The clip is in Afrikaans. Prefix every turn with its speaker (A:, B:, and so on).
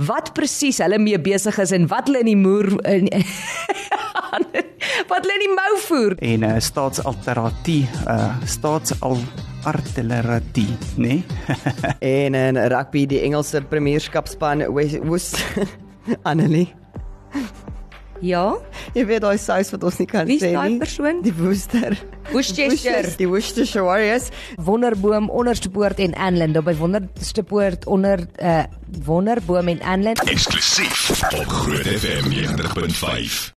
A: wat presies hulle mee besig is en wat hulle in die moer in wat hulle in die mou voer.
B: en uh, staatsalteratie, uh, staatsalteratie, né?
C: En in rugby die Engelse Premierskapspan Wes- Woes Annelie.
A: Ja,
C: Jy weet daai sous wat ons nie kan
A: Wie is
C: sê nie.
A: daai persoon?
C: Die Woester.
A: Worcestershire.
C: Die Worcestershire Warriors.
D: Wonderboom onderstepoort en Anlyn daar by Wonderstepoort onder uh Wonderboom en Anlyn
E: Eksklusief op Groot FM 90.5.